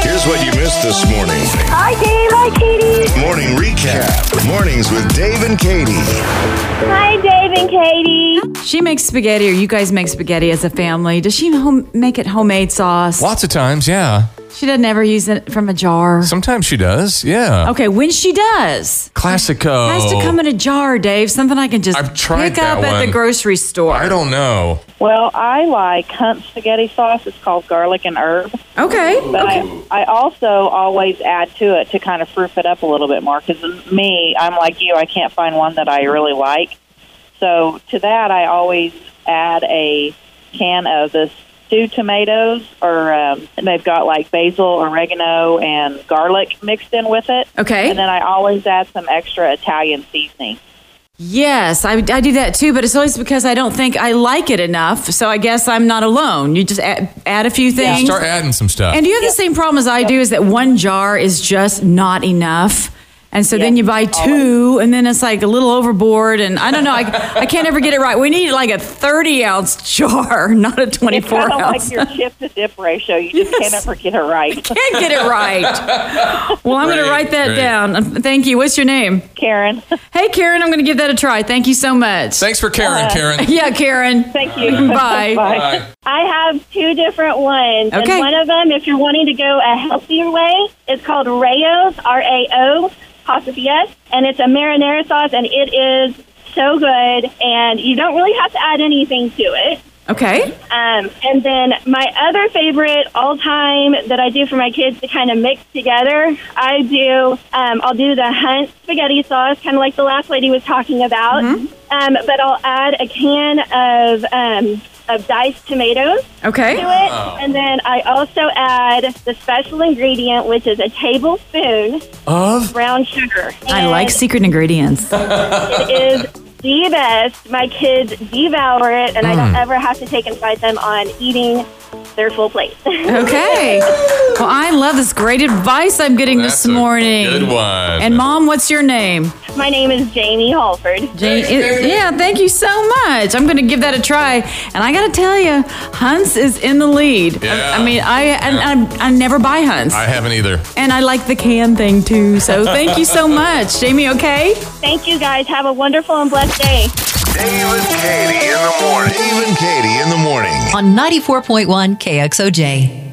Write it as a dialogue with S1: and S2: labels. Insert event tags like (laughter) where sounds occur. S1: Here's what you missed this morning.
S2: Hi, Dave. Hi, Katie.
S1: Morning recap. Mornings with Dave and Katie.
S2: Hi, Dave and Katie.
S3: She makes spaghetti, or you guys make spaghetti as a family. Does she home- make it homemade sauce?
S4: Lots of times, yeah.
S3: She doesn't ever use it from a jar.
S4: Sometimes she does, yeah.
S3: Okay, when she does,
S4: Classico.
S3: it has to come in a jar, Dave. Something I can just
S4: Oh. I've tried
S3: pick up
S4: that
S3: at the
S4: one.
S3: grocery store.
S4: I don't know.
S5: Well, I like Hunt spaghetti sauce. It's called garlic and herb.
S3: okay.
S5: But I, I also always add to it to kind of proof it up a little bit more because me, I'm like you, I can't find one that I really like. So to that, I always add a can of the stewed tomatoes, or um, and they've got like basil, oregano, and garlic mixed in with it.
S3: Okay.
S5: And uh, then I always add some extra Italian seasoning.
S3: Yes, I, I do that too, but it's always because I don't think I like it enough. So I guess I'm not alone. You just add, add a few things.
S4: Start adding some stuff.
S3: And you have the same problem as I do is that one jar is just not enough. And so then you buy two, and then it's like a little overboard. And I don't know, I, I can't ever get it right. We need like a 30 ounce jar, (laughs) not a
S5: It's
S3: 24
S5: kind of
S3: ounce.
S5: like your chip to dip ratio. You just
S3: Yes.
S5: can't ever get it right. (laughs)
S3: can't get it right. Well, I'm going to
S4: Great,
S3: write that
S4: great.
S3: down. Um, Thank you. What's your name?
S5: Karen,
S3: Hey, Karen, I'm going to give that a try. Thank you so much.
S4: Thanks for Karen, Karen.
S3: (laughs) yeah, Karen.
S5: thank you.
S3: Bye.
S5: Bye.
S2: I have two different ones.
S3: Okay.
S2: And one of them, if you're wanting to go a healthier way, is called Rayo's, R A O, possibly yes. And it's a marinara sauce, and it is so good. And you don't really have to add anything to it.
S3: Okay.
S2: Um, and then my other favorite all time that I do for my kids to kind of mix together, I do, um, I'll do the Hunt spaghetti sauce, kind of like the last lady was talking about.
S3: Mm-hmm.
S2: Um, but I'll add a can of, um, of diced tomatoes to
S3: Okay.
S2: it. And then I also add the special ingredient, which is a tablespoon
S4: Of?
S2: brown sugar.
S3: I like
S2: And
S3: secret ingredients.
S2: is the best. My kids devour it, and I don't
S3: Mm.
S2: ever have to take and fight them on eating their full plate. (laughs)
S3: Okay. Well, I love this great advice I'm getting
S4: That's
S3: this morning.
S4: A good one.
S3: And mom, what's your name?
S2: My name is Jamie Holford.
S3: Jane. it- yeah, thank you so much. I'm going to give that a try. And I got to tell you, Hunts is in the lead. I-
S4: Yeah.
S3: I, mean, I, and I I never buy Hunts.
S4: I haven't either.
S3: and I like the can thing too. So thank you
S4: (laughs)
S3: so much. Jamie, okay?
S2: Thank you guys. Have a wonderful and blessed day.
S1: Dave and Katie in the morning. Dave and Katie in the morning.
S6: on 94.1 KXOJ.